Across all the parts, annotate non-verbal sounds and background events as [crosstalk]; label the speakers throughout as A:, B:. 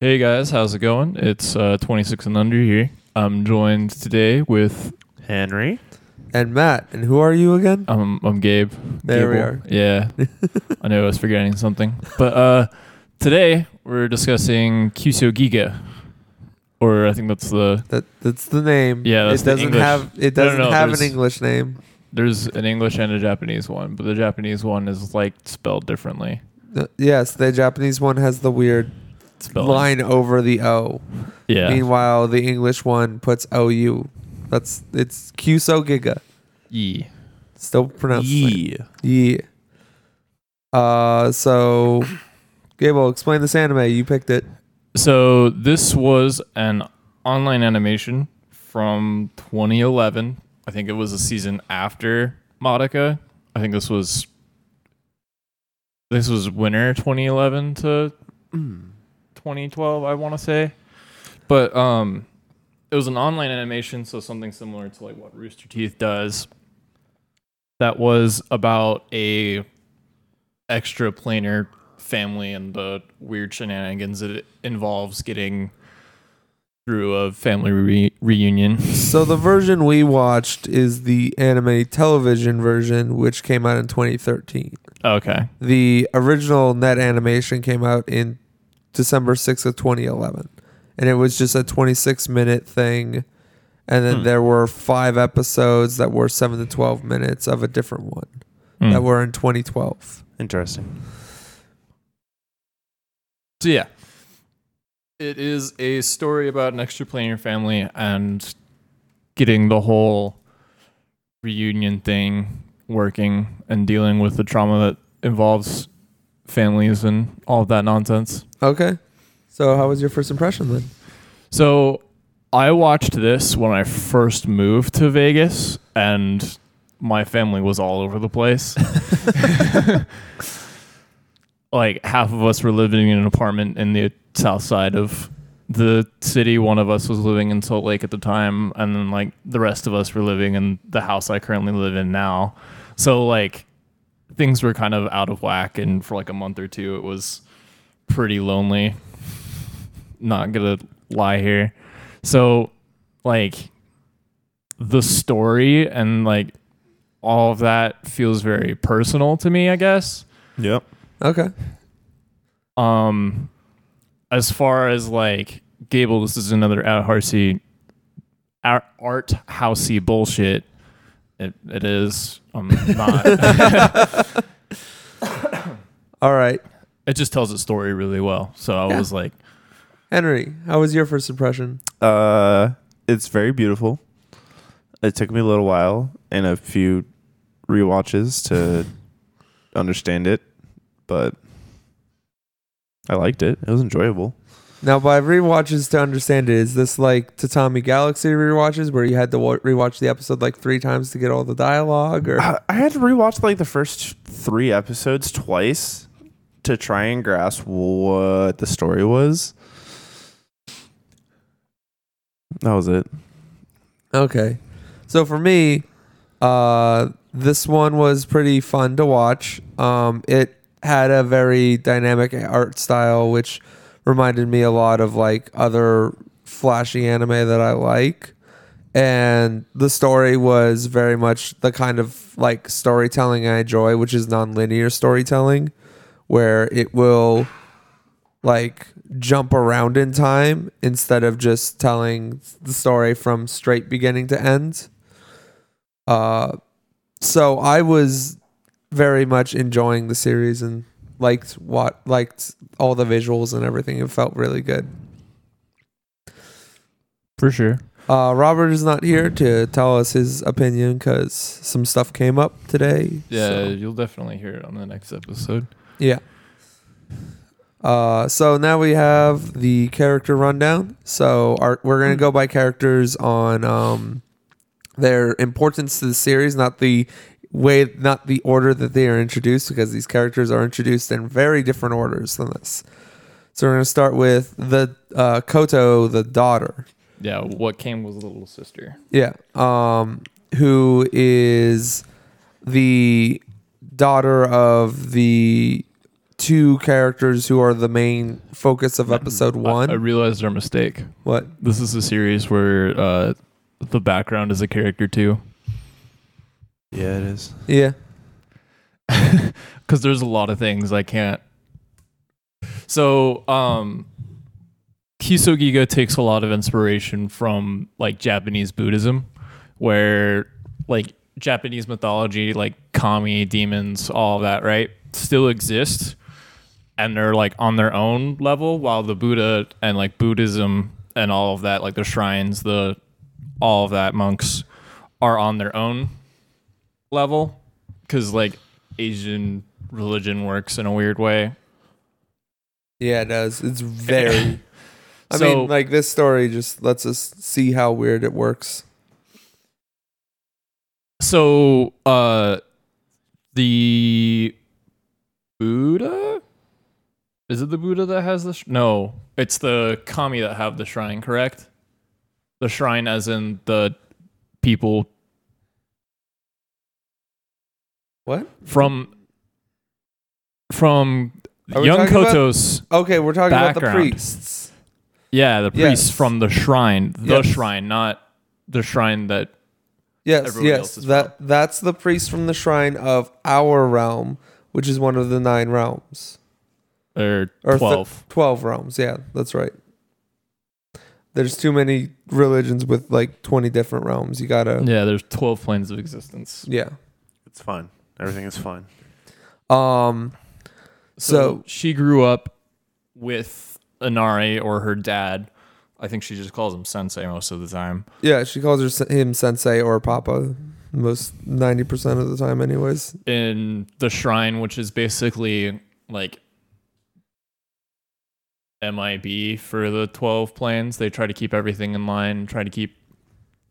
A: Hey guys, how's it going? It's uh, 26 and under here. I'm joined today with
B: Henry.
C: And Matt, and who are you again?
A: um, I'm Gabe.
C: There we
A: Gable.
C: are.
A: Yeah, Oh, I know I was forgetting something, but uh, today we're discussing Kyusho Giga, or I think that's the
C: [laughs] That that's the name.
A: Yeah, that's
C: it
A: the
C: doesn't
A: English.
C: have it
A: No, no,
C: doesn't
A: no,
C: have an
A: there's-
C: English name.
A: there's an English and a Japanese one, but the Japanese one is like spelled differently.
C: No, yes, the Japanese one has the weird
A: Spelling.
C: line over the O.
A: Yeah.
C: Meanwhile, the English one puts O U. That's it's Kyuso Giga.
A: Ye.
C: Still pronounced. Ye. Ye. Uh, so Gable, explain this anime. You picked it.
A: So this was an online animation from 2011. I think it was a season after Modica. I think this was this was winter 2011 to 2012. I want to say, but um, it was an online animation, so something similar to like what Rooster Teeth does. That was about a extra planar family and the weird shenanigans that it involves getting through a family re- reunion.
C: So the version we watched is the anime television version, which came out in 2013.
A: Okay.
C: the original net animation came out in December 6th of 2011 and it was just a 26 minute thing and then
A: Hmm.
C: there were five episodes that were 7 to 12 minutes of a different one
A: Hmm.
C: that were in 2012
B: Interesting.
A: So yeah, it is a story about an extraplanar family and getting the whole reunion thing working and dealing with the trauma that involves families and all of that nonsense.
C: okay so how was your first impression then
A: So I watched this when I first moved to Vegas and my family was all over the place. [laughs] like half of us were living in an apartment in the south side of the city. One of us was living in Salt Lake at the time, and then like the rest of us were living in the house I currently live in now. So like things were kind of out of whack, and for like a month or two, it was pretty lonely. Not gonna lie here. So like the story and like all of that feels very personal to me, I guess
B: Yep.
C: okay
A: um as far as like gable this is another art housey art art housey bullshit it, it is i'm not [laughs]
C: all right
A: it just tells its story really well so i was like
C: henry how was your first impression
B: Uh, it's very beautiful. It took me a little while and a few rewatches [laughs] to understand it, but I liked it. It was enjoyable.
C: now by rewatches to understand it is this like tatami galaxy rewatches where you had to wa- rewatch the episode like three times to get all the
A: [laughs]
C: dialogue or
B: I I had to rewatch like the first three episodes twice to try and grasp what the story was. That was it.
C: Okay. So for me, uh, this one was pretty fun to watch. Um, it had a very dynamic art style, which reminded me a lot of like other flashy anime that I like. And the story was very much the kind of like storytelling I enjoy, which is nonlinear storytelling, where it will like jump around in time instead of just telling the story from straight beginning to end. Uh, so I was very much enjoying the series and liked what liked all the visuals and everything. It felt really good.
A: for sure
C: Uh, Robert is not here to tell us his opinion because some stuff came up today.
A: yeah
C: so-
A: you'll definitely hear it on the next episode
C: Yeah. Uh, so now we have the character rundown. So our, we're gonna go by characters on um, their importance to the series, not the way, not the order that they are introduced, because these characters are introduced in very different orders than this. So we're gonna start with the uh, Koto, the daughter.
A: yeah what came was the little sister
C: Yeah. Um, who is the daughter of the two characters who are the main focus of episode one.
A: I, I realized our mistake.
C: what?
A: This is a series where uh, the background is a character too,
B: Yeah, it is.
C: Yeah.
A: because there's a lot of things I can't. So, um, Kisogiga takes a lot of inspiration from like Japanese Buddhism, where like Japanese mythology, like kami, demons, all that, right, still exist, and they're like on their own level, while the Buddha and like Buddhism and all of that, like the shrines, the all of that monks are on their own level because like Asian religion works in a weird way.
C: Yeah, it does.
A: [laughs]
C: It's very. I
A: So-
C: mean, like this story just lets us see how weird it works.
A: So uh the Buddha is it the Buddha that has the sh- no? It's the kami that have the shrine, correct? The shrine, as in the people
C: What?
A: from from
C: Are we
A: young
C: talking about-
A: Kotos.
C: Okay, we're talking about the
A: Background.
C: priests.
A: yeah, the priests
C: Yes.
A: from the shrine, the
C: Yes.
A: shrine, not the shrine that
C: Yes,
A: Everybody
C: yes.
A: else is
C: That that's the priest from the shrine of our realm, which is one of the nine realms
A: or,
C: or th-
A: twelve.
C: twelve realms. Yeah, that's right. There's too many religions with like twenty different realms. You gotta.
A: yeah, there's twelve planes of existence.
C: Yeah.
B: It's fine. Everything is fine.
C: Um. So-
A: she grew up with Inari or her dad. I think she just calls him sensei most of the time.
C: Yeah, she calls her, sen- him sensei or papa most 90% of the time anyways.
A: In the shrine, which is basically like MIB for the 12 planes, they try to keep everything in line, try to keep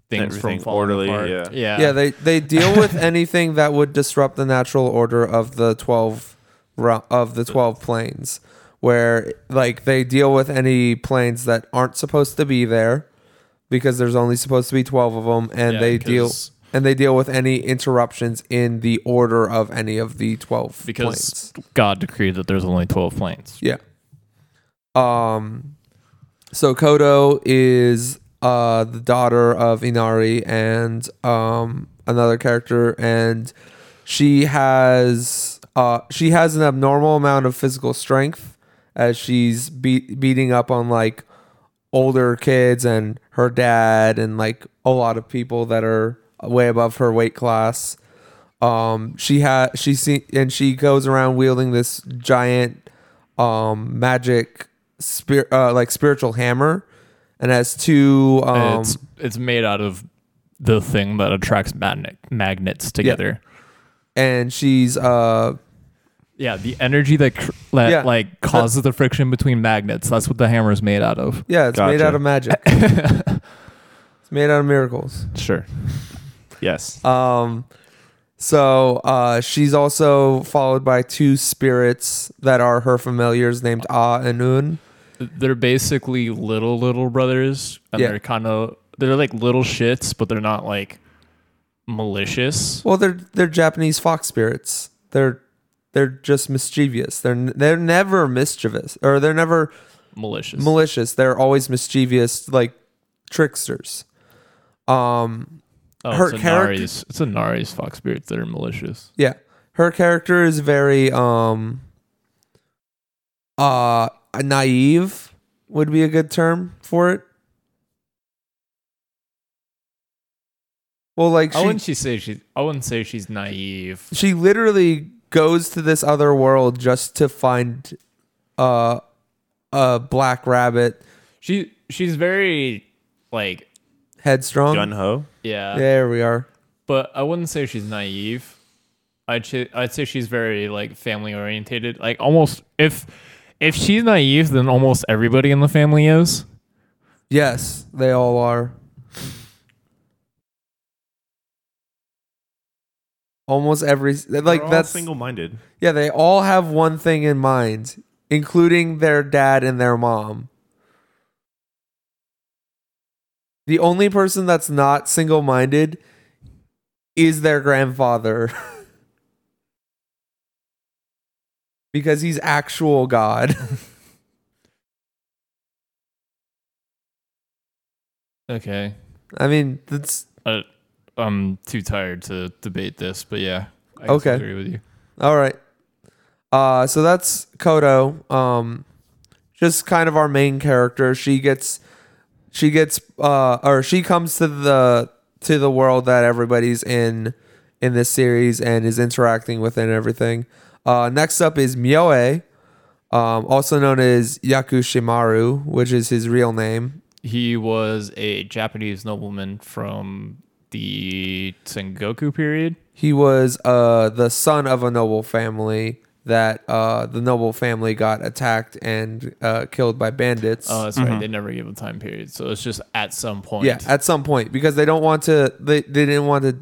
A: things
B: Everything
A: from falling
B: orderly,
A: apart.
B: yeah.
A: Yeah.
C: Yeah, they
A: [laughs]
C: they deal with anything that would disrupt the natural order of the 12 ro- of the 12 planes where like they deal with any planes that aren't supposed to be there because there's only supposed to be 12 of them and
A: Yeah,
C: they deal
A: 'cause-
C: and they deal with any interruptions in the order of any of the 12
A: Because
C: planes.
A: God decreed that there's only 12 planes.
C: Yeah. Um. So Kodo is uh the daughter of Inari and um another character, and she has uh she has an abnormal amount of physical strength as she's be- beating up on like older kids and her dad and like a lot of people that are way above her weight class. Um, she has she see and she goes around wielding this giant um magic spirit uh, like spiritual hammer and has two um
A: it's, it's made out of the thing that attracts magnet, magnets together.
C: and she's uh
A: Yeah, the energy that cr- that
C: Yeah.
A: like causes the friction between magnets. That's what the hammer is made out of.
C: yeah it's made
B: Gotcha.
C: out of magic it's made out of miracles
B: Sure. Yes.
C: Um, so uh, she's also followed by two spirits that are her familiars named Ah and Un.
A: They're basically little little brothers, and
C: Yeah.
A: they're kind of they're like little shits, but they're not like malicious.
C: Well, they're they're Japanese fox spirits. They're they're just mischievous. They're they're never mischievous or they're never
A: Malicious.
C: malicious. They're always mischievous, like tricksters. Um,
A: oh,
C: her
A: it's
C: character-
A: Anari's, it's Anari's fox spirits that are malicious.
C: Yeah. Her character is very um uh naive would be a good term for it. Well, like
A: I
C: she
A: wouldn't she say she? I wouldn't say she's naive.
C: she literally goes to this other world just to find uh a black rabbit
A: She she's very like
C: headstrong.
B: Gun ho.
C: There we are.
A: but I wouldn't say she's naive. I'd sh- I'd say she's very like family orientated. Like almost if if she's naive, then almost everybody in the family is.
C: Yes, they all are. Almost every like that's
B: single minded.
C: yeah, they all have one thing in mind, including their dad and their mom. The only person that's not single minded is their grandfather. [laughs] because he's actual God. [laughs]
A: Okay.
C: I mean, that's
A: I'm too tired to debate this, but yeah. I
C: Okay.
A: agree with you.
C: all right. Uh, so that's Kodo. Um, just kind of our main character. She gets, she gets, uh, or she comes to the to the world that everybody's in in this series and is interacting with and everything. Uh, next up is Mioe, um, also known as Yakushimaru, which is his real name.
A: He was a Japanese nobleman from the Sengoku period.
C: He was uh, the son of a noble family that uh, the noble family got attacked and uh, killed by bandits.
A: Oh, that's right. They never give a time period, so it's just at some point.
C: Mm-hmm. yeah, at some point because they don't want to. They, they didn't want to.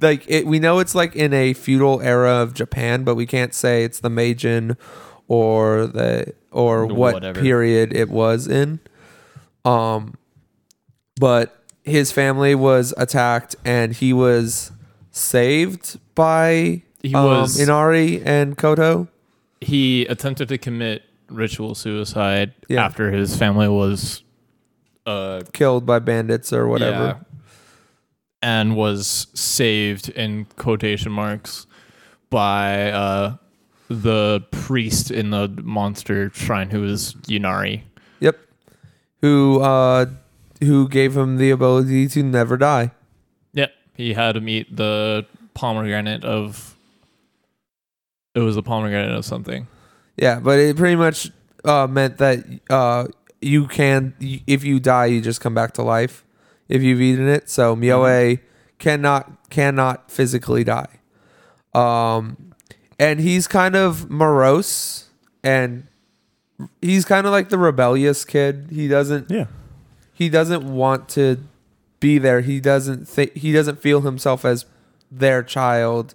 C: Like it, we know it's like in a feudal era of Japan, but we can't say it's the Meijin or the or what
A: Whatever.
C: period it was in. Um, but his family was attacked and he was saved by
A: He
C: um,
A: was-
C: Inari and Koto.
A: he attempted to commit ritual suicide
C: Yeah.
A: after his family was uh
C: killed by bandits or whatever.
A: yeah, and was saved in quotation marks by uh the priest in the monster shrine who is Yunari.
C: Yep. Who uh who gave him the ability to never die.
A: Yep. He had him eat the pomegranate of it was a pomegranate of something.
C: Yeah, but it pretty much uh meant that uh you can y- if you die you just come back to life if you've eaten it. So
A: Mm-hmm.
C: Mioe cannot cannot physically die. Um and he's kind of morose and he's kind of like the rebellious kid. He doesn't
B: Yeah.
C: he doesn't want to be there. He doesn't think he doesn't feel himself as their child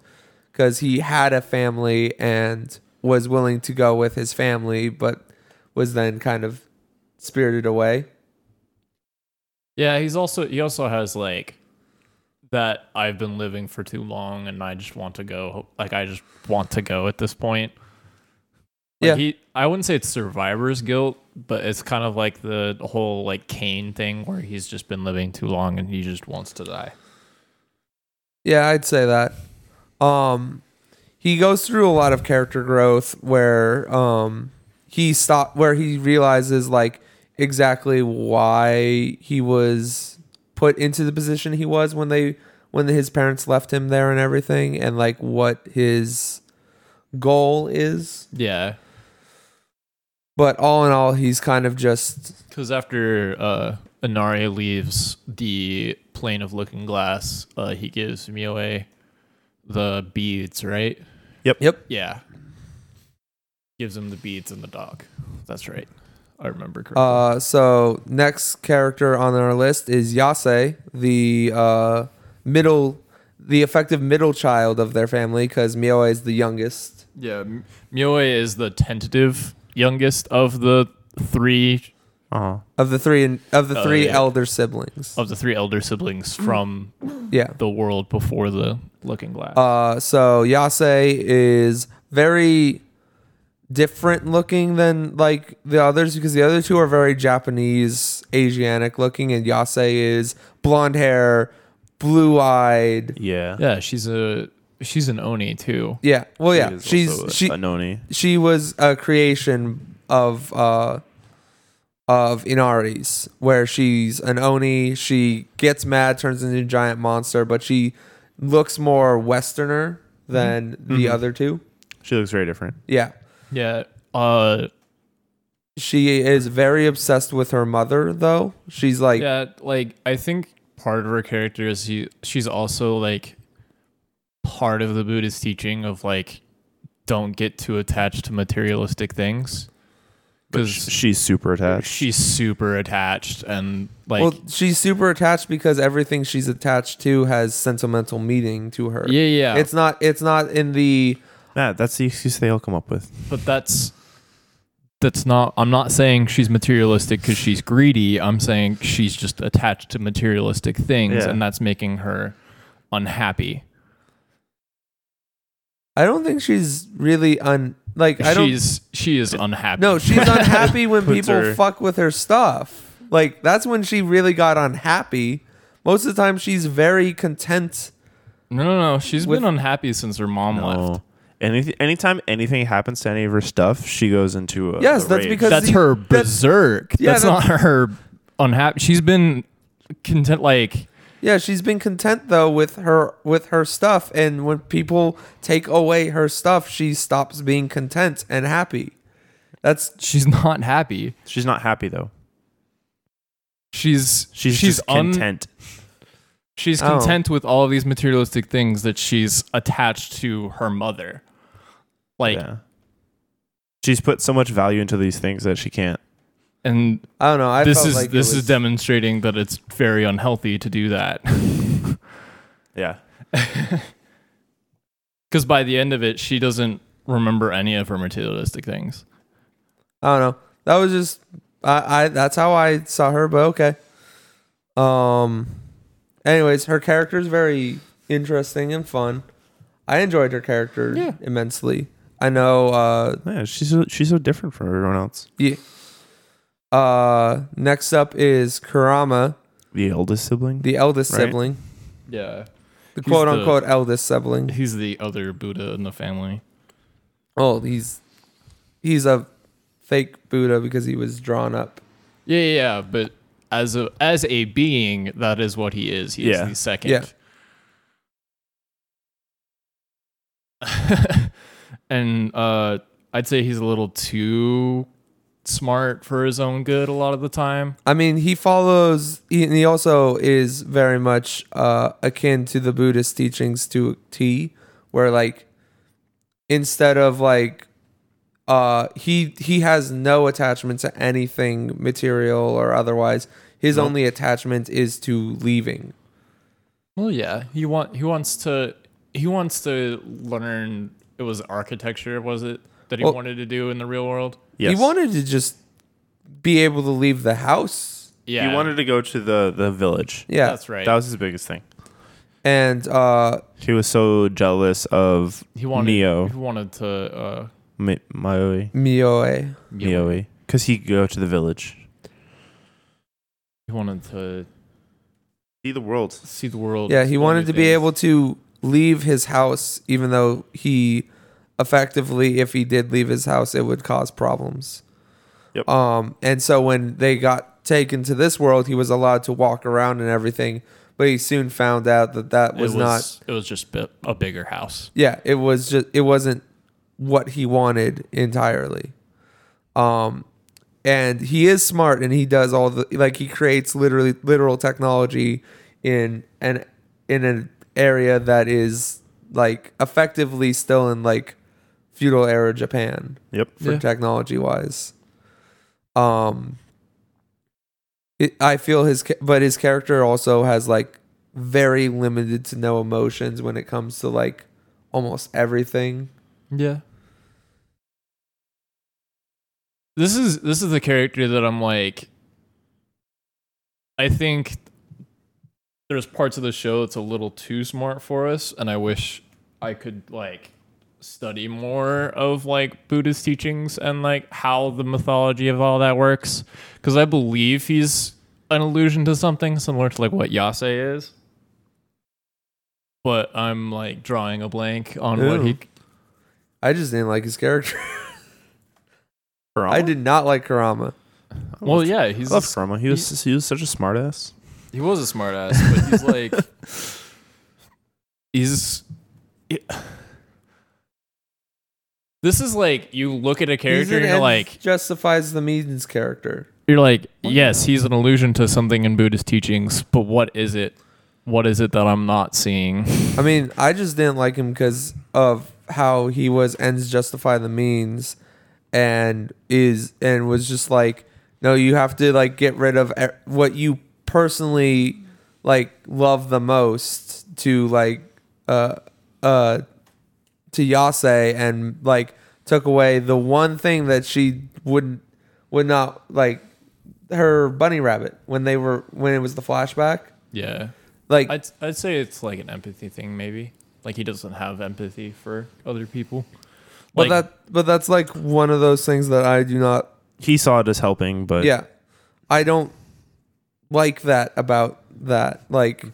C: because he had a family and was willing to go with his family, but was then kind of spirited away.
A: Yeah, he's also he also has like that I've been living for too long and I just want to go like I just want to go at this point. Like
C: Yeah.
A: he I wouldn't say it's survivor's guilt, but it's kind of like the whole like Cain thing where he's just been living too long and he just wants to die.
C: Yeah, I'd say that. Um, he goes through a lot of character growth where um, he stop where he realizes like exactly why he was put into the position he was when they when his parents left him there and everything, and like what his goal is.
A: Yeah.
C: But all in all, he's kind of just
A: Because after uh, Inari leaves the plane of Looking Glass, uh, he gives Mioe the beads, right?
C: yep.
A: Yeah. Gives him the beads in the dog. That's right. I remember correctly.
C: Uh, so next character on our list is Yase, the uh, middle, the effective middle child of their family, because Mioe is the youngest.
A: yeah, M- Mioe is the tentative youngest of the three
B: Uh-huh.
C: Of the three and of the
A: Oh,
C: three
A: yeah.
C: elder siblings,
B: Oh.
A: of the three elder siblings
C: Mm.
A: from
C: yeah.
A: the world before the Looking Glass.
C: Uh, so Yase is very different looking than like the others because the other two are very Japanese, Asiatic looking, and Yase is blonde hair, blue eyed.
B: Yeah.
A: yeah, she's a she's an oni too.
C: Yeah. Well, Oh, yeah.
B: She is
C: She's
B: also a-
C: she
B: a noni.
C: she was a creation of uh of Inari's, where she's an Oni. She gets mad, turns into a giant monster, but she looks more Westerner
A: Mm-hmm.
C: than the other two.
B: She looks very different.
C: Yeah.
A: Yeah. Uh
C: She is very obsessed with her mother, though. She's like,
A: yeah like i think part of her character is he, she's also like part of the buddhist teaching of like don't get too attached to materialistic things because
B: She's super attached.
A: she's super attached and like
C: well, she's super attached because everything she's attached to has sentimental meaning to her.
A: yeah yeah
C: It's not. It's not in the.
B: Matt, that's the excuse they all come up with.
A: but that's that's not i'm not saying she's materialistic because she's greedy i'm saying she's just attached to materialistic things
B: Yeah.
A: and that's making her unhappy
C: I don't think she's really un. like I don't
A: she's she is unhappy. [laughs]
C: No, she's unhappy when people
B: her-
C: fuck with her stuff. Like that's when she really got unhappy. Most of the time she's very content.
A: no, no, no. She's
C: With-
A: been unhappy since her mom left.
B: No. Anything, Oh. anytime anything happens to any of her stuff, she goes into a
C: Yes,
B: a
C: that's
B: rage.
C: because-
A: That's
C: the-
A: her
C: that-
A: berserk.
C: Yeah,
A: that's,
C: that's-
A: not her unhappy. She's been content. Like
C: Yeah, she's been content though with her with her stuff and when people take away her stuff, she stops being content and happy. That's
A: she's not happy.
B: she's not happy though.
A: She's
B: She's
A: she's
B: just
A: un-
B: content.
A: She's
C: Oh.
A: content with all of these materialistic things that she's attached to her mother. Like
B: yeah. She's put so much value into these things that she can't.
A: and
C: I don't know. I
A: this
C: felt
A: is
C: like it
A: this is
C: was-
A: demonstrating that it's very unhealthy to do that. [laughs]
B: Yeah.
A: Cuz by the end of it she doesn't remember any of her materialistic things.
C: I don't know. That was just I, I that's how I saw her, but okay. Um anyways, her character is very interesting and fun. I enjoyed her character
A: Yeah.
C: immensely. I know uh
B: Yeah, she's so, she's so different from everyone else.
C: yeah. Uh next up is Kurama,
B: The eldest sibling.
C: the eldest
B: Right.
C: sibling.
A: Yeah.
C: The
A: He's
C: quote
A: the-
C: unquote eldest sibling.
A: He's the other Buddha in the family.
C: Oh, he's he's a fake Buddha because he was drawn up.
A: Yeah, yeah, yeah, but as a as a being, that is what he is. He
B: Yeah.
A: is the second.
C: Yeah.
A: [laughs] and uh I'd say he's a little too smart for his own good a lot of the time.
C: I mean, he follows. He, and he also is very much uh, akin to the Buddhist teachings to a T, where like instead of like uh, he he has no attachment to anything material or otherwise. His only attachment is to leaving.
A: Well, yeah, he want he wants to he wants to learn. It was architecture, was it that he
C: Well-
A: wanted to do in the real world?
B: Yes.
C: He wanted to just be able to leave the house.
A: Yeah,
B: He wanted to go to the the village.
C: Yeah,
A: That's right.
B: That was his biggest thing.
C: and uh,
B: He was so jealous of
A: he wanted
B: Neo,
A: He wanted to. Uh,
B: Mi- Mioe,
C: Mioe.
B: Mioe, because he go to the village.
A: he wanted to
B: See the world.
A: see the world.
C: Yeah, he
A: explore
C: wanted
A: new
C: to be
A: things.
C: able to leave his house, even though he effectively, if he did leave his house, it would cause problems.
B: Yep.
C: Um, and so when they got taken to this world, he was allowed to walk around and everything, but he soon found out that that
A: It
C: was, not.
A: It was just bi- a bigger house.
C: Yeah, it was just it wasn't what he wanted entirely. Um, and he is smart, and he does all the like he creates literally literal technology in an in an area that is like effectively still in like feudal era Japan
B: Yep.
C: for
A: Yeah.
C: technology wise. Um, it, I feel his, ca- but his character also has like very limited to no emotions when it comes to like almost everything.
A: Yeah. This is this is the character that I'm like I think there's parts of the show that's a little too smart for us and I wish I could like study more of like Buddhist teachings and like how the mythology of all that works cuz I believe he's an allusion to something similar to like what Yase is. But I'm like drawing a blank on what he
C: Ew. I just didn't like his character. [laughs]
B: Kurama?
C: I did not like Karama.
A: Well, yeah, he's
B: I love Kurama. He was he was such a smartass.
A: he was a smartass, but
B: [laughs]
C: [laughs]
A: he's like he's. it- this is like you look at a
C: He's
A: character
C: an
A: and you're
C: ends
A: like
C: justifies the means character.
A: you're like yes, he's an allusion to something in Buddhist teachings, but what is it? What is it that I'm not seeing?
C: I mean, I just didn't like him because of how he was ends justify the means, and is and was just like, no, you have to like get rid of e- what you personally like love the most to like uh uh to Yase and like took away the one thing that she would would not like her bunny rabbit when they were when it was the flashback
A: Yeah,
C: like
A: I'd I'd say it's like an empathy thing, maybe. Like he doesn't have empathy for other people.
C: But
A: Like,
C: that but that's like one of those things that I do not
B: He saw it as helping, but
C: yeah. I don't like that about that. Like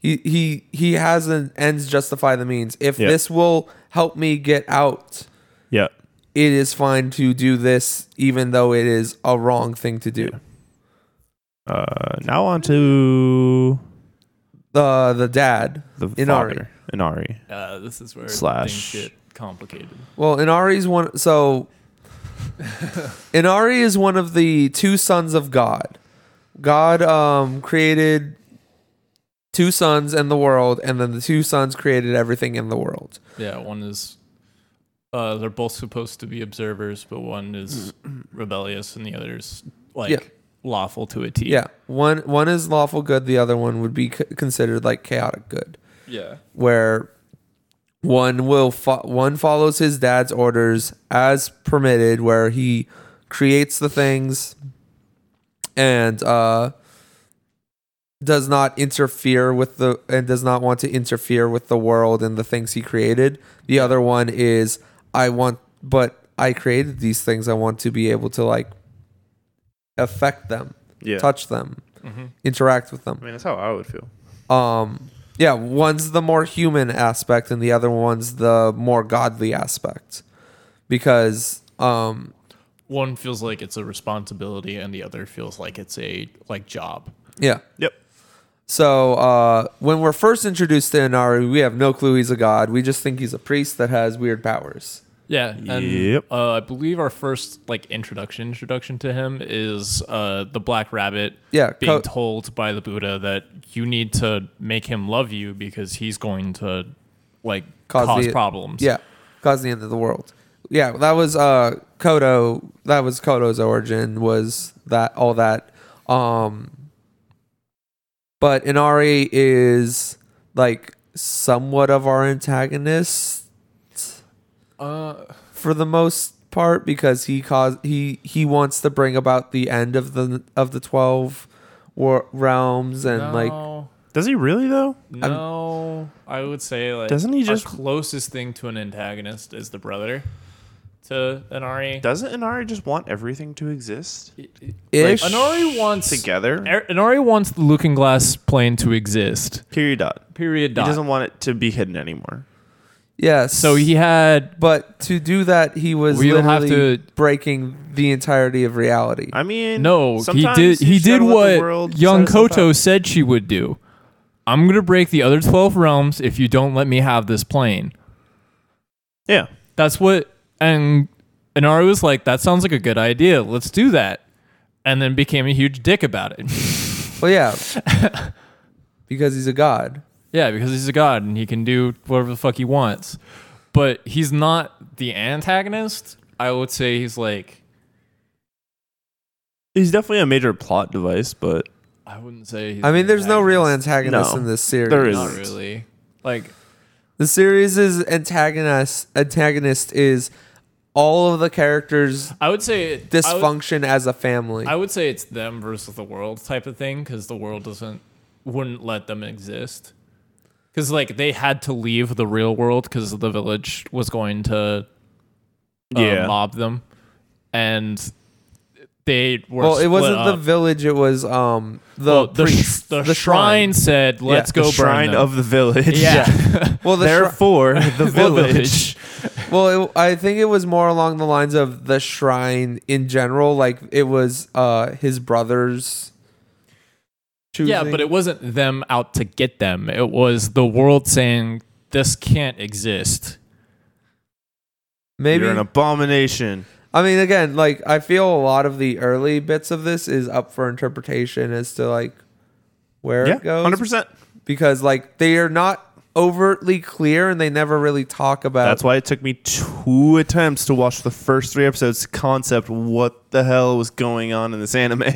C: he he he has an ends justify the means. If
B: Yeah.
C: this will help me get out,
B: yeah,
C: it is fine to do this even though it is a wrong thing to do.
B: Uh, now on to
C: The the dad.
B: the
C: Inari.
B: father, Inari.
A: uh, this is where
B: Slash.
A: things get complicated.
C: Well, Inari's one so Inari is one of the two sons of God. God um created two sons and the world and then the two sons created everything in the world.
A: Yeah, one is uh, they're both supposed to be observers, but one [clears throat] is rebellious and the other is like
C: Yeah.
A: lawful to a T.
C: Yeah, one one is lawful good, the other one would be c- considered like chaotic good,
A: yeah,
C: where one will fo- one follows his dad's orders as permitted, where he creates the things and uh, does not interfere with the and does not want to interfere with the world and the things he created. The other one is I want, but I created these things. I want to be able to like affect them
B: Yeah,
C: touch them,
A: Mm-hmm.
C: interact with them.
B: mean, that's how I would feel.
C: Um, yeah, one's the more human aspect, and the other one's the more godly aspect, because um,
A: one feels like it's a responsibility, and the other feels like it's a like job.
C: yeah.
B: Yep.
C: So uh, when we're first introduced to Inari, we have no clue he's a god. We just think he's a priest that has weird powers.
A: Yeah, and
B: Yep.
A: uh, I believe our first like introduction introduction to him is uh, the Black Rabbit.
C: Yeah,
A: being
C: co-
A: told by the Buddha that you need to make him love you because he's going to like
C: Cause
A: cause,
C: the-
A: problems.
C: Yeah, cause the end of the world. Yeah, that was uh Kodo. That was Kodo's origin. Was that all that? Um, but Inari is like somewhat of our antagonist
A: Uh,
C: for the most part because he cause he he wants to bring about the end of the of the twelve war realms and like
A: no,
B: Does he really though?
A: no, I would say like
B: Doesn't he
A: our
B: just-
A: closest thing to an antagonist is the brother to Anari.
B: Doesn't Inari just want everything to exist
C: ish.
A: Anari wants
B: together?
A: Er- Inari wants the Looking Glass plane to exist.
B: Period. Dot.
A: Period.
B: He
A: Dot.
B: doesn't want it to be hidden anymore.
C: yes.
A: so he had
C: But to do that, he was
A: We'll have
C: literally
A: to-
C: breaking the entirety of reality.
B: I mean,
A: No, he
B: sometimes
A: did.
B: you
A: He
B: just
A: did
B: gotta let the
A: what
B: world
A: young
B: set itself
A: Koto
B: up.
A: said she would do. I'm gonna break the other twelve realms if you don't let me have this plane.
B: Yeah,
A: That's what. And Inari was like, "That sounds like a good idea. Let's do that." And then became a huge dick about it.
C: well, yeah, because he's a god.
A: yeah, because he's a god and he can do whatever the fuck he wants. But he's not the antagonist. I would say he's like.
B: he's definitely a major plot device, but
A: I wouldn't say. He's
C: I mean,
A: the
C: there's no real
A: antagonist.
C: antagonist
B: No,
C: in this series.
B: there
A: Not
B: isn't.
A: really. Like
C: The series is antagonist. Antagonist is all of the characters'
A: I would say it- I would-
C: dysfunction as a family.
A: I would say it's them versus the world type of thing because the world doesn't wouldn't let them exist. Because like they had to leave the real world because the village was going to uh,
B: Yeah.
A: mob them, and they were
C: well, it wasn't
A: split
C: the
A: up.
C: village. It was um the
A: Well, the, sh-
C: priest,
A: the shrine said let's
B: the
A: go
B: shrine
A: burn them.
B: of the village. [laughs]
A: yeah, [laughs]
C: Well, the shrine.
B: Therefore, the village.
C: Well, it, I think it was more along the lines of the shrine in general. Like it was uh his brother's. Choosing.
A: yeah, but it wasn't them out to get them. It was the world saying this can't exist.
C: maybe.
B: You're an abomination.
C: I mean, again, like I feel a lot of the early bits of this is up for interpretation as to like where
B: Yeah,
C: it goes,
B: hundred percent.
C: because like they are not overtly clear and they never really talk about.
B: That's why it took me two attempts to watch the first three episodes to concept what the hell was going on in this anime. [laughs]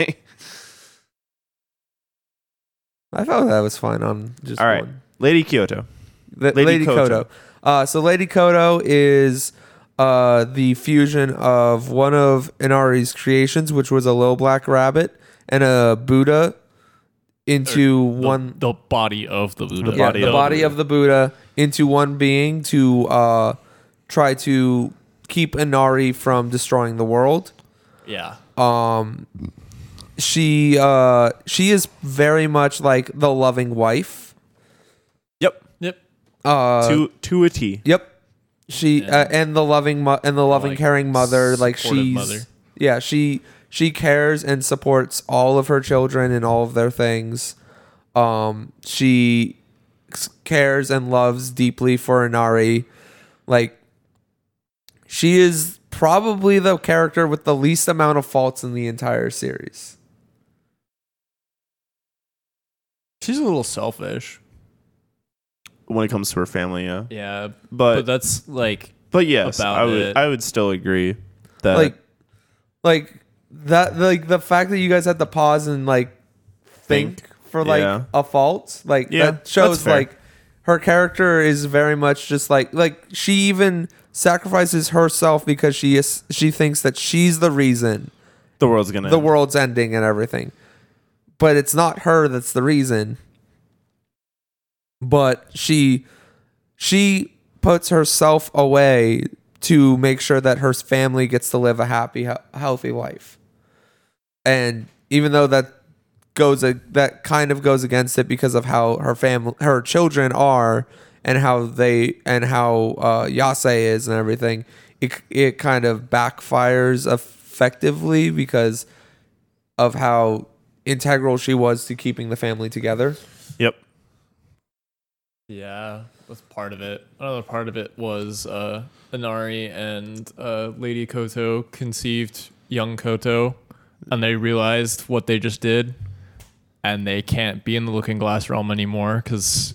C: I felt that was fine on just
B: All right,
C: one.
B: Lady Kyoto.
C: The, Lady,
B: Lady
C: Kodo.
B: Kodo.
C: Uh, so Lady Kodo is uh, the fusion of one of Inari's creations, which was a little black rabbit and a Buddha, into
A: The-
C: one
A: the body of the Buddha.
B: The
C: yeah,
B: body
C: the
B: of
C: body of the Buddha into one being to uh, try to keep Inari from destroying the world.
A: Yeah.
C: Um, she uh, she is very much like the loving wife.
B: Yep.
A: Yep.
C: Uh,
B: to to a T.
C: Yep. She
A: Yeah.
C: uh, and the loving mo- and the loving
A: Like,
C: caring mother like
A: supportive
C: she's
A: mother.
C: yeah she she cares and supports all of her children and all of their things. Um, she s- cares and loves deeply for Inari. Like she is probably the character with the least amount of faults in the entire series.
A: She's a little selfish.
B: When it comes to her family, yeah.
A: Yeah. But,
B: But but,
A: that's like
B: yes,
A: about
B: I would
A: it.
B: I would still agree that
C: like like that like the fact that you guys had to pause and like think,
B: Think.
C: for like
B: Yeah.
C: a fault like
B: Yeah,
C: that
B: that's
C: shows
B: fair.
C: like her character is very much just like like she even sacrifices herself because she is she thinks that she's the reason
B: the world's gonna
C: the world's ending and everything but it's not her that's the reason but she she puts herself away to make sure that her family gets to live a happy he- healthy life and even though that goes a, that kind of goes against it because of how her family her children are and how they and how uh, Yase is and everything it, it kind of backfires effectively because of how integral she was to keeping the family together
B: [laughs] Yep.
A: Yeah, that's part of it. Another part of it was uh, Inari and uh, Lady Koto conceived young Koto, and they realized what they just did, and they can't be in the Looking Glass realm anymore because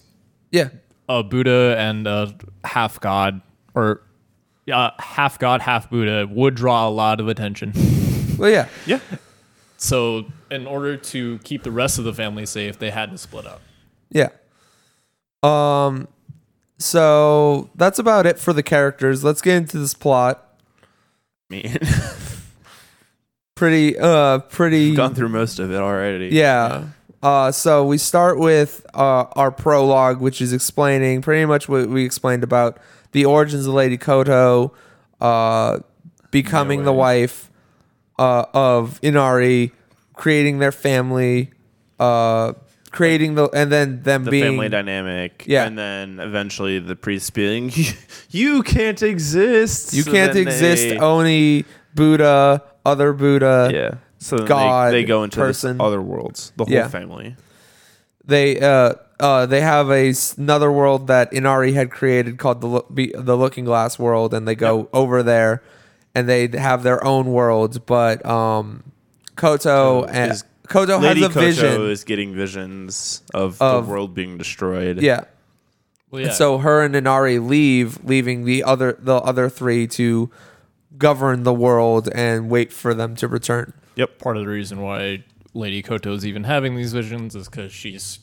C: yeah
A: a Buddha and a half god, or uh, half god, half Buddha, would draw a lot of attention.
C: well yeah
B: Yeah.
A: So, in order to keep the rest of the family safe, they had to split up.
C: Yeah. Um so that's about it for the characters. Let's get into this plot.
B: Man.
C: Pretty uh pretty
B: Gone through most of it already.
C: yeah. Uh so we start with uh our prologue which is explaining pretty much what we explained about the origins of Lady Koto uh becoming the
B: way.
C: wife uh of Inari, creating their family, uh creating the and then them
B: The
C: being
B: family dynamic.
C: Yeah.
B: And then eventually the priest being [laughs] you can't exist.
C: You
B: So
C: can't
B: then
C: exist. oh,
B: they-
C: Oni, Buddha, other Buddha.
B: yeah. So then they-
C: uh, God,
B: they, go into this
C: person.
B: other worlds. The whole
C: Yeah.
B: family.
C: They uh, uh, they have a s- another world that Inari had created called the Lo- be, the Looking Glass world, and they go over there, and they have their own world. But um, Koto and
B: is-
C: Koto
B: Lady
C: has a
B: Koto
C: vision.
B: is getting visions of,
C: Of-
B: the world being destroyed.
C: yeah.
A: Well,
C: And so her and Inari leave, leaving the other the other three to govern the world and wait for them to return.
A: part of the reason why Lady Koto is even having these visions is because she's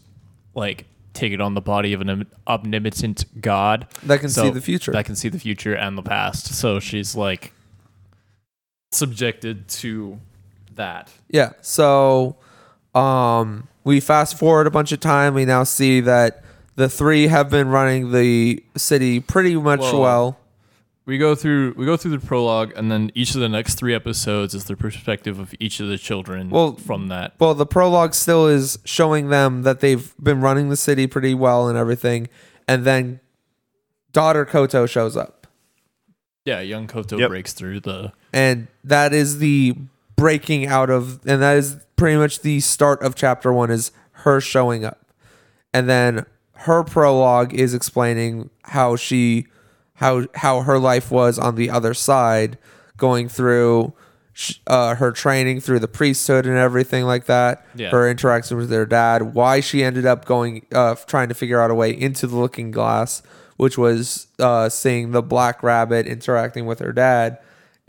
A: like taken on the body of an om- omnipotent god
C: That can see the future.
A: That can see the future and the past. So she's like subjected to that.
C: Yeah. So um we fast forward a bunch of time. We now see that the three have been running the city pretty much
A: Whoa.
C: well.
A: We go through we go through the prologue, and then each of the next three episodes is the perspective of each of the children.
C: Well,
A: from that,
C: Well, the prologue still is showing them that they've been running the city pretty well and everything. And then daughter Koto shows up.
A: yeah, young Koto
B: Yep.
A: breaks through the
C: And that is the breaking out of and that is pretty much the start of chapter 1 is her showing up. and then her prologue is explaining how she how how her life was on the other side going through sh- uh, her training through the priesthood and everything like that
A: Yeah.
C: her interaction with their dad why she ended up going uh, trying to figure out a way into the looking glass which was uh, seeing the black rabbit interacting with her dad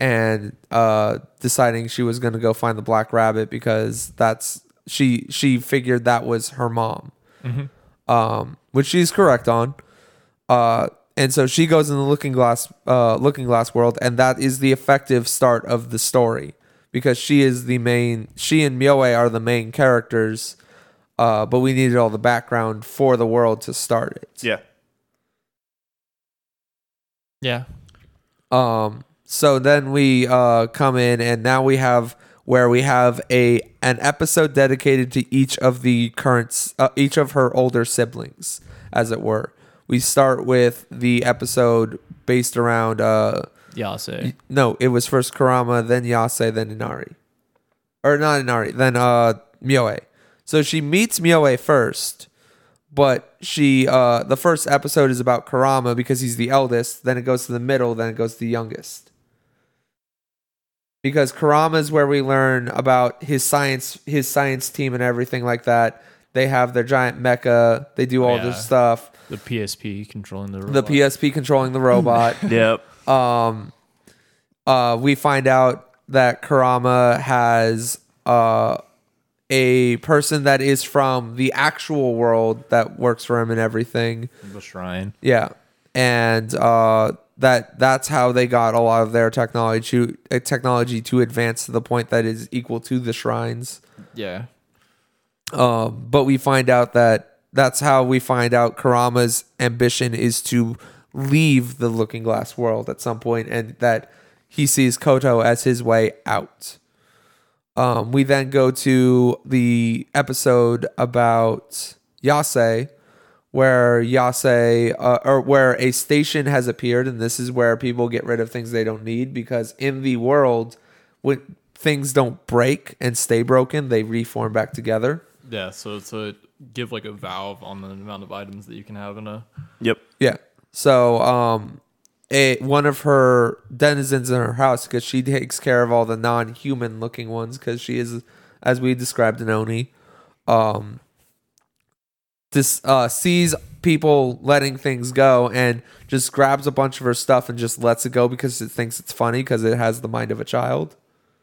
C: and uh, deciding she was going to go find the black rabbit because that's she she figured that was her mom um, which she's correct on. Uh, and so she goes in the looking glass, uh, looking glass world, and that is the effective start of the story because she is the main. She and Mioe are the main characters, uh, but we needed all the background for the world to start it.
B: Yeah.
A: yeah.
C: Um, So then we uh, come in, and now we have where we have a an episode dedicated to each of the current s- uh, each of her older siblings, as it were. We start with the episode based around uh,
D: Yase.
C: no, it was first Karama, then Yase, then Inari. Or not Inari, then uh Mioe. So she meets Mioe first, but she uh the first episode is about Karama because he's the eldest, then it goes to the middle, then it goes to the youngest. Because Karama is where we learn about his science his science team and everything like that. They have their giant mecha, they do all
D: Oh, Yeah.
C: this stuff.
D: The PSP controlling the
C: The
D: robot.
C: PSP controlling the robot
B: Yep.
C: um uh we find out that Karama has uh a person that is from the actual world that works for him and everything.
A: The shrine.
C: Yeah. And uh that that's how they got a lot of their technology uh, technology to advance to the point that is equal to the shrines.
A: Yeah.
C: Um, but we find out that that's how we find out Karama's ambition is to leave the Looking Glass world at some point, and that he sees Koto as his way out. Um, we then go to the episode about Yase, where Yase, uh, or where a station has appeared, and this is where people get rid of things they don't need because in the world, when things don't break and stay broken, they reform back together.
A: Yeah. So to give like a valve on the amount of items that you can have in a.
B: Yep.
C: Yeah. So, um, a one of her denizens in her house because she takes care of all the non-human looking ones because she is, as we described, an oni. Um, this uh sees people letting things go and just grabs a bunch of her stuff and just lets it go because it thinks it's funny because it has the mind of a child.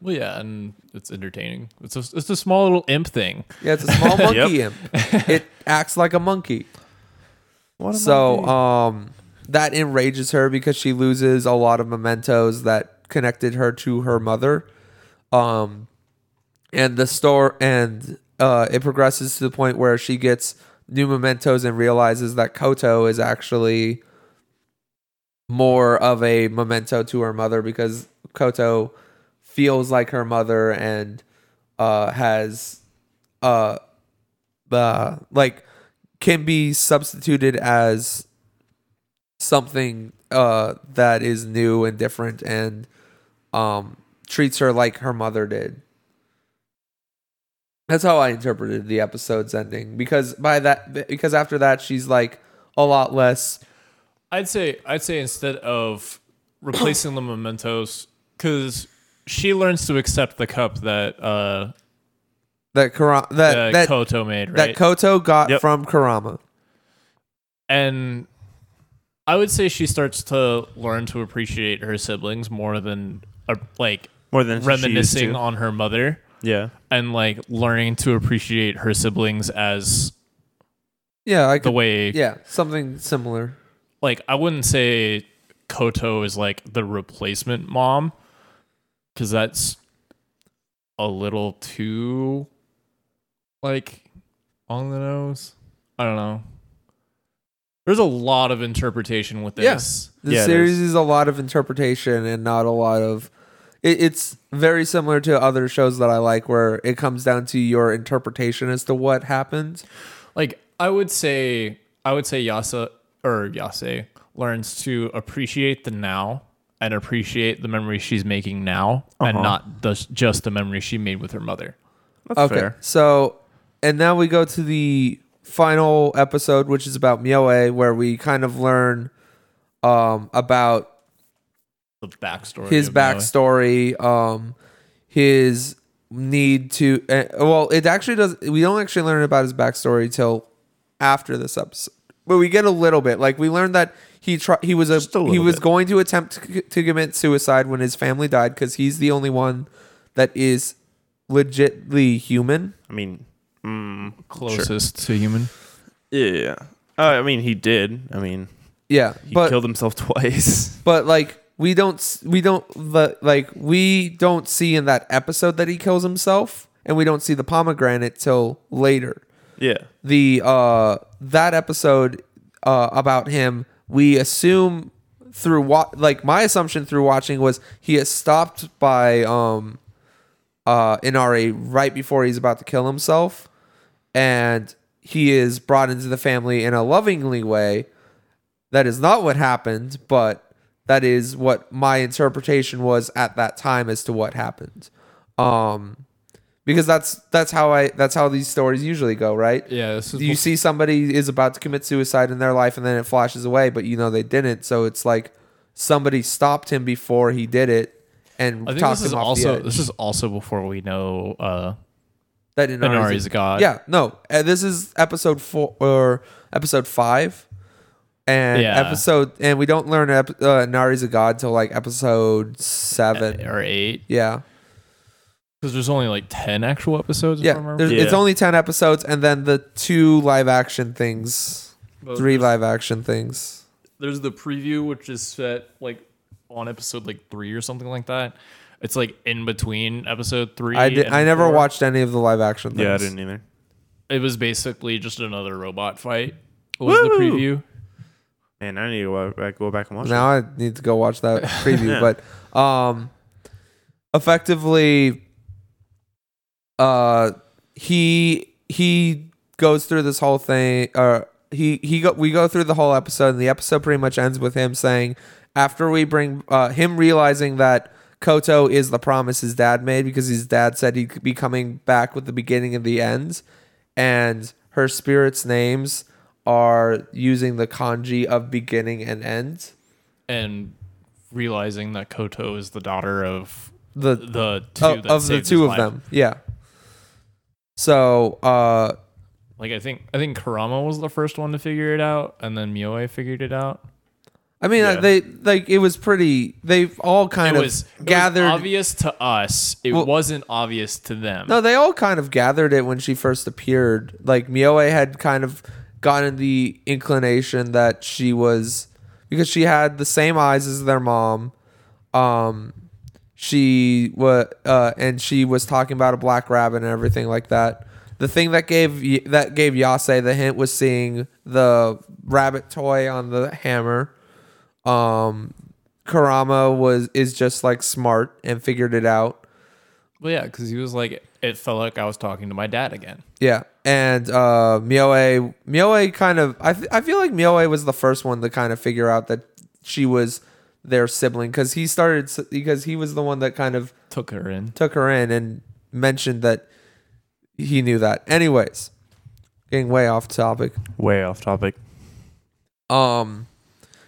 A: Well, yeah, and it's entertaining. It's a it's a small little imp thing.
C: Yeah, it's a small monkey
B: Yep.
C: imp. It acts like a monkey.
B: What am I
C: So
B: doing?
C: um that enrages her because she loses a lot of mementos that connected her to her mother. Um and the store and uh it progresses to the point where she gets new mementos and realizes that Koto is actually more of a memento to her mother because Koto feels like her mother and uh has uh uh like can be substituted as something uh that is new and different and um treats her like her mother did that's how i interpreted the episode's ending because by that because after that she's like a lot less
A: I'd say I'd say instead of replacing the mementos, because she learns to accept the cup that uh,
C: that Kara- that
A: that,
C: that,
A: Koto made, right?
C: that koto got
B: Yep.
C: from karama
A: and I would say she starts to learn to appreciate her siblings more than uh, like
B: More than she used
A: reminiscing
B: to.
A: on her mother
B: Yeah.
A: and like learning to appreciate her siblings as
C: yeah i
A: the
C: could
A: way
C: yeah something similar
A: like I wouldn't say Koto is like the replacement mom cuz that's a little too like on the nose. I don't know. There's a lot of interpretation with
C: Yeah.
A: this.
C: the
B: Yeah, it
C: series
B: is.
C: is. a lot of interpretation and not a lot of it, it's very similar to other shows that i like where it comes down to your interpretation as to what happened
A: Like I would say I would say Yasa or Yase learns to appreciate the now and appreciate the memory she's making now and
B: Uh-huh.
A: not the, just the memory she made with her mother.
B: That's fair.
C: so and now we go to the final episode which is about mioe where we kind of learn um about
A: The backstory.
C: his
A: of Noah.
C: backstory, um, his need to. Uh, well, it actually does. We don't actually learn about his backstory till after this episode, but we get a little bit. Like we learned that he try, he was a,
B: Just a little
C: he was
B: bit.
C: going to attempt to, to commit suicide when his family died because he's the only one that is legitly human.
B: I mean, mm,
A: closest to human.
B: yeah. Uh, I mean, he did. I mean,
C: Yeah,
B: he
C: but
B: killed himself [laughs]
C: [laughs]
B: twice.
C: but like we don't s- we don't the- like we don't see in that episode that he kills himself and we don't see the pomegranate till later
B: yeah.
C: the uh that episode uh about him we assume through what like my assumption through watching was he is stopped by um uh Inari right before he's about to kill himself and he is brought into the family in a lovingly way that is not what happened but that is what my interpretation was at that time as to what happened um because that's that's how I that's how these stories usually go right
A: Yeah, this is
C: you see somebody is about to commit suicide in their life and then it flashes away but you know they didn't so it's like somebody stopped him before he did it and
D: I think
C: talked
D: this is
C: him off
D: also
C: the edge.
D: this is also before we know uh,
C: that Inari's a-
D: Inari's a god.
C: yeah no uh, this is episode four or episode five and
D: Yeah.
C: episode and we don't learn ep- uh, Inari's a god till like episode seven
D: or eight
C: yeah
D: because there's only like ten actual episodes. if I
C: yeah,
D: remember.
C: there's it's
B: Yeah.
C: only 10 episodes and then the two live action things
A: Well,
C: three
A: there's-
C: live action things
A: there's the preview which is set like on episode like three or something like that. It's like in between episode three.
C: I, did,
A: and
C: I never
A: four.
C: watched any of the live action things.
B: Yeah, I didn't either.
A: It was basically just another robot fight. Was the
B: Woo!
A: preview?
B: Man, I need to go back, go back and watch
C: Now I need to go watch that preview. But um, effectively, uh, he he goes through this whole thing. Or he he go we go through the whole episode, and the episode pretty much ends with him saying, after we bring uh, him realizing that Koto is the promise his dad made because his dad said he'd be coming back with the beginning and the end, and her spirit's names are using the kanji of beginning and end.
A: And realizing that Koto is the daughter of
C: The
A: the two
C: Oh, of,
A: that
C: of the
A: saved
C: two
A: his life.
C: of them. Yeah. So, uh,
A: Like I think I think Karama was the first one to figure it out, and then Mioe figured it out.
C: I mean, uh,
B: Yeah.
C: they like it was pretty. They've all kind
A: it
C: of
A: was it was
C: gathered.
A: obvious to us. It
C: Well-
A: wasn't obvious to them.
C: no, they all kind of gathered it when she first appeared. Like Mioe had kind of gotten the inclination that she was because she had the same eyes as their mom. Um, she was uh, and she was talking about a black rabbit and everything like that. The thing that gave Y- that gave Yase the hint was seeing the rabbit toy on the hammer. Um, Karama was is just like smart and figured it out.
A: Well, yeah, because he was like, it felt like I was talking to my dad again.
C: Yeah, and uh, Mioe, Mioe kind of, I, th- I feel like Mioe was the first one to kind of figure out that she was their sibling because he started s- because he was the one that kind of
A: Took her in.
C: took her in and mentioned that he knew that. Anyways, getting way off topic.
B: it. Way off topic.
C: Um,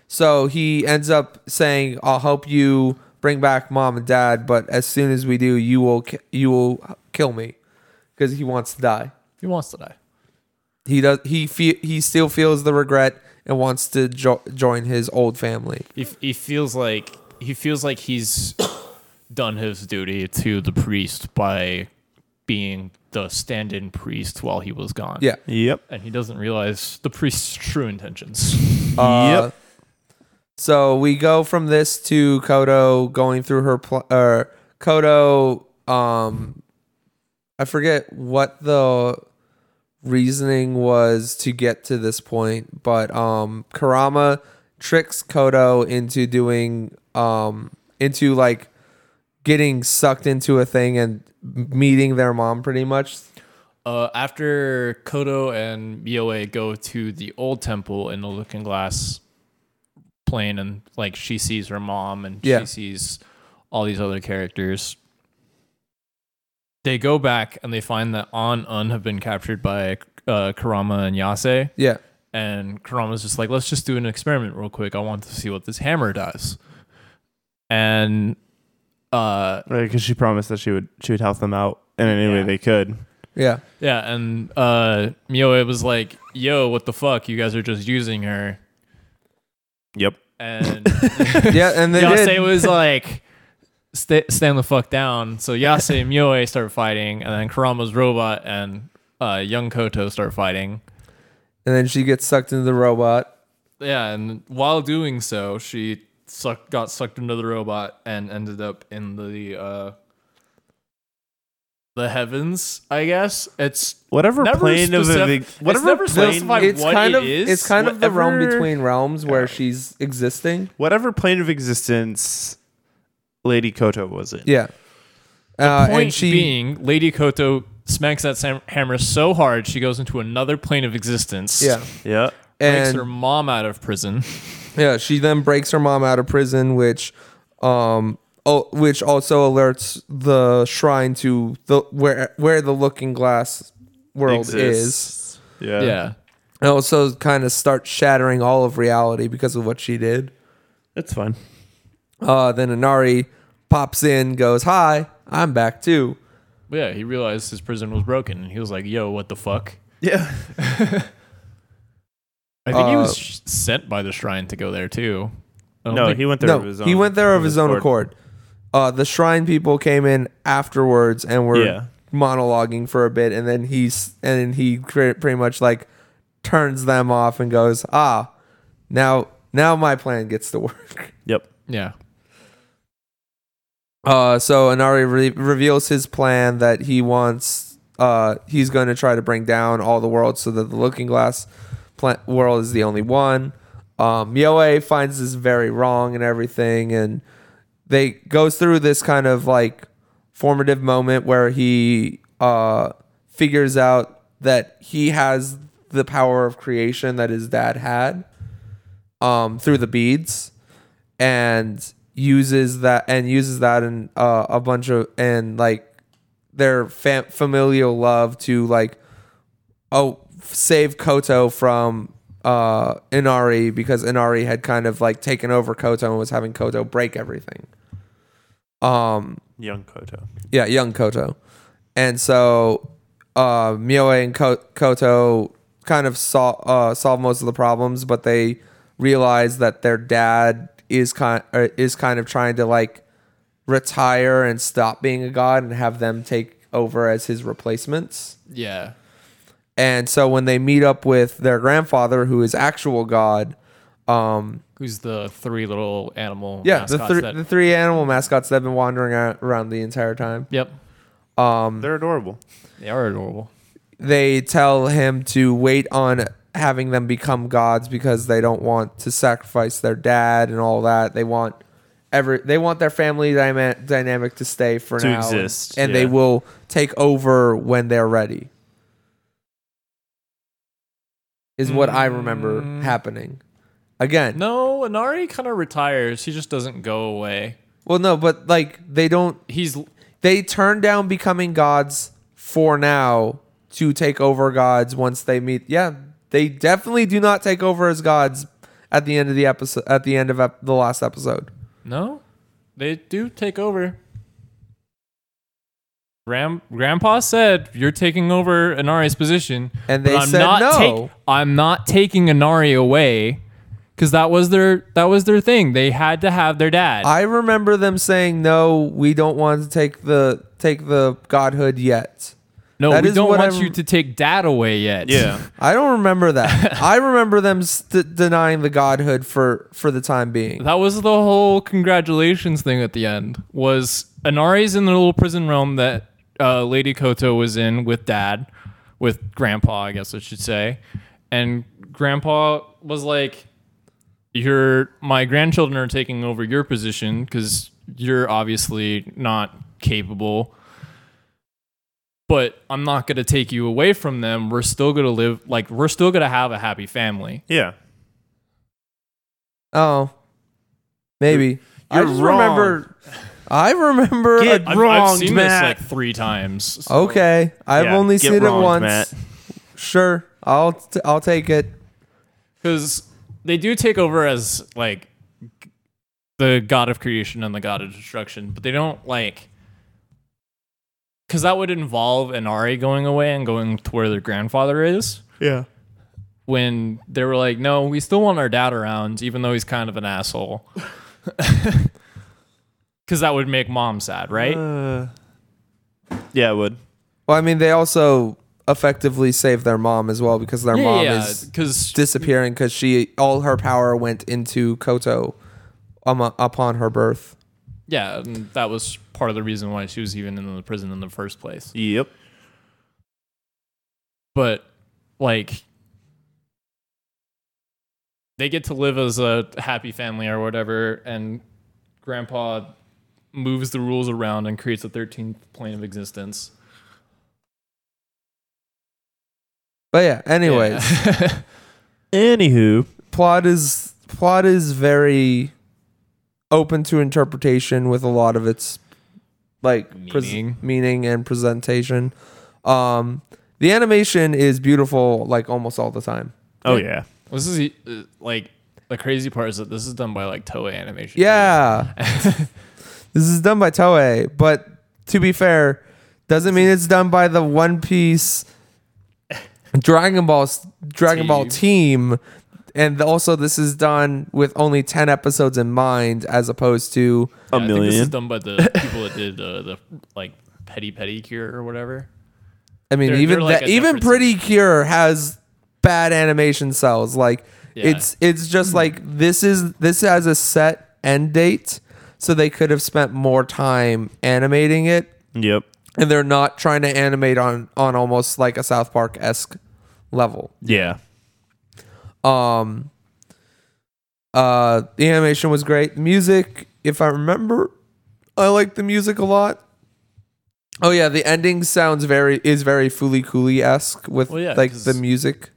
C: so he ends up saying, "I'll help you bring back mom and dad, but as soon as we do, you will ki- you will kill me," because he wants to die.
A: He wants to die.
C: He does. He fe- he still feels the regret and wants to jo- join his old family.
A: He, f- he feels like he feels like he's [coughs] done his duty to the priest by being the stand-in priest while he was gone.
C: Yeah.
B: Yep.
A: and he doesn't realize the priest's true intentions.
C: Uh, So we go from this to Kodo going through her pl- or Kodo. Um, I forget what the reasoning was to get to this point, but um, Karama tricks Kodo into doing um into like getting sucked into a thing and meeting their mom pretty much
A: Uh, after Kodo and Mioe go to the old temple in the Looking Glass plane, and like she sees her mom and
C: Yeah.
A: she sees all these other characters, they go back and they find that An Un have been captured by uh, Karama and Yase.
C: Yeah.
A: And Karama's just like, let's just do an experiment real quick. I want to see what this hammer does. And uh,
B: Right, because she promised that she would she would help them out in any way
A: Yeah.
B: they could.
C: Yeah.
A: Yeah, and uh Mioe was like, "Yo, what the fuck? You guys are just using her."
B: Yep. [laughs]
A: And
C: Yeah. And they
A: Yase
C: did. [laughs]
A: was like, Stay "Stand the fuck down." So Yase and Mioe start fighting, and then Karama's robot and uh, young Koto start fighting.
C: And then she gets sucked into the robot.
A: Yeah, and while doing so, she sucked, got sucked into the robot and ended up in the uh, the heavens, I guess. It's
B: Whatever
A: Never
B: plane of
A: specif-
B: the
A: it's
B: whatever
A: never
B: plane,
A: specified-
C: it's
A: what
C: kind
A: it
C: of
A: is,
C: it's kind of the realm
A: whatever-
C: between realms where she's existing.
B: whatever plane of existence Lady Koto was in.
C: Yeah. Uh,
A: point
C: and she
A: being, Lady Koto smacks that sam- hammer so hard she goes into another plane of existence.
C: yeah.
B: Yeah.
A: Takes her
C: And
A: mom out of
C: [laughs]
A: prison.
C: yeah, she then breaks her mom out of prison which um oh, which also alerts the shrine to the where where the looking glass world is.
B: Exists. Yeah.
A: yeah.
C: And also kind of starts shattering all of reality because of what she did.
B: It's fine.
C: Uh, then Inari pops in, goes, Hi, I'm back too.
A: But yeah, he realized his prison was broken and he was like, yo, what the fuck?
B: Yeah.
A: I think he
C: Uh,
A: was sh- sent by the shrine to go there too. I don't
B: No,
A: think-
B: he went there
C: No,
B: of his own.
C: he went there of his own accord. Uh, the shrine people came in afterwards and were
B: Yeah.
C: monologuing for a bit, and then he's and then he cre- pretty much like turns them off and goes, "Ah, now now my plan gets to work." [laughs]
B: Yep.
A: yeah.
C: Uh, so Anari re- reveals his plan that he wants. Uh, he's going to try to bring down all the worlds so that the Looking Glass pla- world is the only one. Um, Yoe finds this very wrong and everything, and they goes through this kind of like formative moment where he uh, figures out that he has the power of creation that his dad had um, through the beads and uses that and uses that in uh, a bunch of and like their fam- familial love to like oh save Koto from uh Inari because Inari had kind of like taken over Koto and was having Koto break everything. Um
B: Young Koto.
C: yeah, young Koto. And so uh Mioe and Ko- Koto kind of sol- uh, solve most of the problems, but they realize that their dad is kind er, is kind of trying to like retire and stop being a god and have them take over as his replacements.
A: Yeah.
C: And so when they meet up with their grandfather, who is actual god, um,
A: Who's the three little animal?
C: yeah, the,
A: mascots
C: thr-
A: that-
C: the three animal mascots that have been wandering a- around the entire time.
A: yep.
C: Um,
B: They're adorable.
A: They are adorable.
C: they tell him to wait on having them become gods because they don't want to sacrifice their dad and all that. They want every they want their family dyma- dynamic to stay for
B: To
C: now,
B: exist,
C: and, they
B: yeah.
C: will take over when they're ready. Is what I remember
A: Mm.
C: happening. Again,
A: No, Inari kind of retires. He just doesn't go away.
C: well, no, but like they don't
A: He's
C: they turn down becoming gods for now to take over gods once they meet. Yeah, they definitely do not take over as gods at the end of the episode. At the end of ep- the last episode,
A: no. They do take over. Ram, Grandpa said, "You're taking over Inari's position,"
C: And
A: but
C: they
A: I'm
C: said
A: not
C: no.
A: take- I'm not taking Inari away because that was their that was their thing. They had to have their dad.
C: I remember them saying, "No, we don't want to take the take the godhood yet."
A: no,
C: that
A: we
C: is
A: don't
C: what
A: want
C: I
A: you
C: rem-
A: to take dad away yet.
C: I don't remember
B: [laughs]
C: that. I remember them st- denying the godhood for for the time being.
A: That was the whole congratulations thing at the end. Was Anari's in the little prison realm that uh, Lady Koto was in with Dad, with Grandpa, I guess I should say, and Grandpa was like, "Your my grandchildren are taking over your position because you're obviously not capable." But I'm not gonna take you away from them. We're still gonna live like we're still gonna have a happy family.
B: Yeah.
C: Oh, maybe I
B: You're
C: just
B: wrong.
C: remember. I remember
B: Get
C: a
A: I've, I've
B: Wronged,
A: seen
B: Matt.
A: this like three times. so-
C: Okay, I've
B: Yeah,
C: only
B: get
C: seen it
B: wronged,
C: once.
B: Matt.
C: Sure, I'll t- I'll take it.
A: because they do take over as like g- the god of creation and the god of destruction, but they don't like because that would involve Inari going away and going to where their grandfather is.
B: Yeah.
A: When they were like, "No, we still want our dad around, even though he's kind of an asshole," [laughs] because that would make mom sad, right?
B: Uh, yeah, it would.
C: Well, I mean, they also effectively saved their mom as well because their mom is
A: because
C: disappearing because she all her power went into Koto um, upon her birth.
A: yeah, and that was part of the reason why she was even in the prison in the first place.
B: Yep.
A: But like they get to live as a happy family or whatever and grandpa moves the rules around and creates a 13th plane of existence.
C: But yeah, [laughs] anyways,
A: [laughs] Yeah.
B: Anywho,
C: plot is plot is very open to interpretation with a lot of its like pres-
A: Meaning.
C: meaning and presentation. Um, the animation is beautiful, like almost all the time.
B: oh yeah,
A: this is uh, like the crazy part is that this is done by like Toei Animation.
C: Yeah, this is done by Toei, but to be fair, doesn't mean it's done by the One Piece Dragon Ball s- Dragon Ball team. And also, this is done with only ten episodes in mind, as opposed to
B: a
A: Yeah, I think this is
B: million.
A: done by the people that did uh, the like petty petty cure or whatever.
C: I mean,
A: They're-
C: even
A: they're like
C: that,
A: a
C: even
A: different
C: Pretty Cure has bad animation cells. Like
A: Yeah.
C: it's it's just like this is this has a set end date, so they could have spent more time animating it,
B: Yep.
C: and they're not trying to animate on on almost like a South Park esque level.
B: Yeah.
C: Um, uh, the animation was great. The music, if I remember, I like the music a lot. Oh yeah, the ending sounds very is very Fooly Cooly esque with
A: Well, yeah,
C: like
A: 'cause-
C: the music.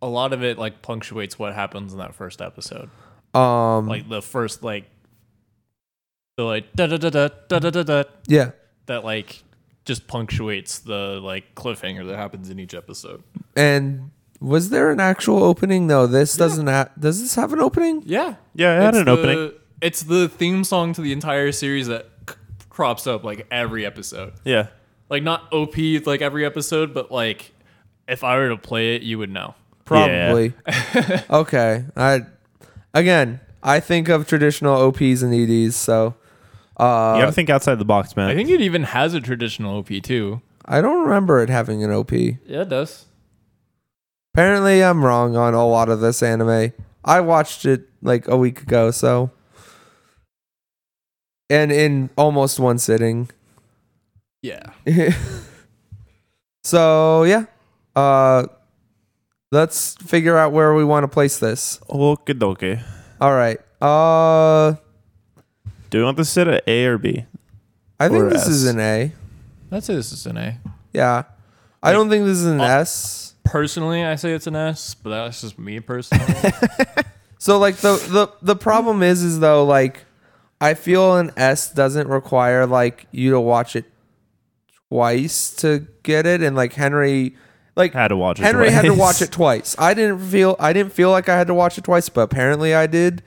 A: A lot of it like punctuates what happens in that first episode.
C: Um,
A: Like the first like the like da da da da da da da da
C: yeah,
A: that like just punctuates the like cliffhanger that happens in each episode.
C: and was there an actual opening? No, this doesn't. Ha- does this have an opening?
A: Yeah.
B: Yeah, it had an opening.
A: It's the theme song to the entire series that c- crops up like every episode.
B: Yeah.
A: Like not OP like every episode, but like if I were to play it, you would know.
C: Probably.
A: [laughs]
C: okay. I again, I think of traditional OPs and EDs, so uh,
B: You gotta think outside the box, man.
A: I think it even has a traditional OP too.
C: I don't remember it having an OP.
A: Yeah, it does.
C: Apparently, I'm wrong on a lot of this anime. I watched it like a week ago, so. And in almost one sitting. [laughs]
A: Yeah.
C: so, yeah. Uh, let's figure out where we want to place this.
B: Okie dokie.
C: All right. Uh,
B: Do we want this at a A or B?
C: I think
B: Or
C: this
B: S.
C: is an A.
A: I'd say this is an A.
C: Yeah. I don't think this is an
A: uh,
C: S.
A: Personally, I say it's an S, but that's just me personally. [laughs]
C: So like the the the problem is is though like I feel an S doesn't require like you to watch it twice to get it and like Henry like
B: Had to watch it.
C: Henry had to
B: twice.
C: watch [laughs] it twice. I didn't feel I didn't feel like I had to watch it twice, but apparently I did.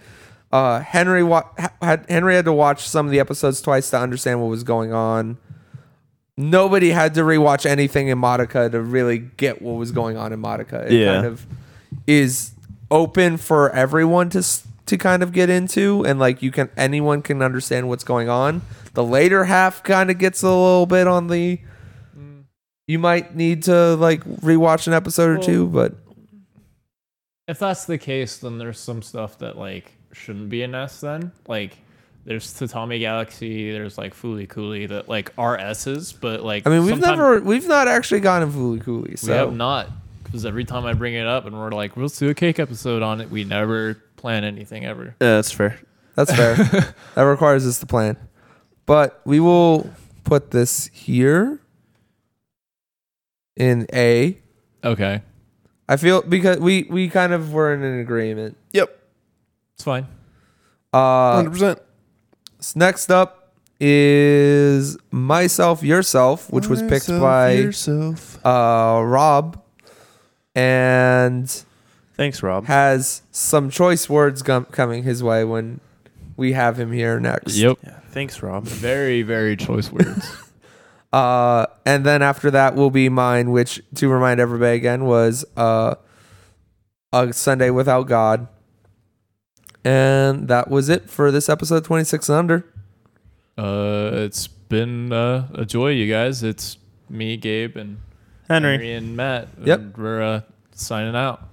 C: Uh, Henry wa- ha- had Henry had to watch some of the episodes twice to understand what was going on. Nobody had to rewatch anything in Modica to really get what was going on in Modica. It
B: Yeah.
C: kind of is open for everyone to s- to kind of get into, and like you can anyone can understand what's going on. The later half kind of gets a little bit on the you might need to like rewatch an episode or
A: Well-
C: two, but
A: if that's the case, then there's some stuff that like shouldn't be an S then. Like there's Tatami Galaxy, there's like Fooly Cooley that like are S's, but like
C: I mean, we've
A: sometime-
C: never we've not actually gotten Fooly Cooley,
A: we have
C: so
A: not because every time I bring it up and we're like, we'll do a cake episode on it, we never plan anything ever.
B: Yeah, that's fair.
C: that's
A: [laughs]
C: fair. that requires us to plan, but we will put this here in A.
A: Okay,
C: I feel because we we kind of were in an agreement.
B: Yep.
A: it's fine.
C: Uh,
B: percent.
C: s- next up is myself yourself, which was picked by
B: yourself.
C: uh Rob, and.
B: Thanks, Rob.
C: has some choice words gum- coming his way when we have him here next.
B: Yeah, thanks, Rob.
A: Very, very choice words.
C: Uh, and then after that will be mine, which to remind everybody again was uh, a Sunday without God. And that was it for this episode 26 and under.
A: [laughs] uh, it's been uh, a joy, you guys. It's me, Gabe, and
B: Henry.
A: and Matt.
C: Yep.
A: And we're uh, signing out.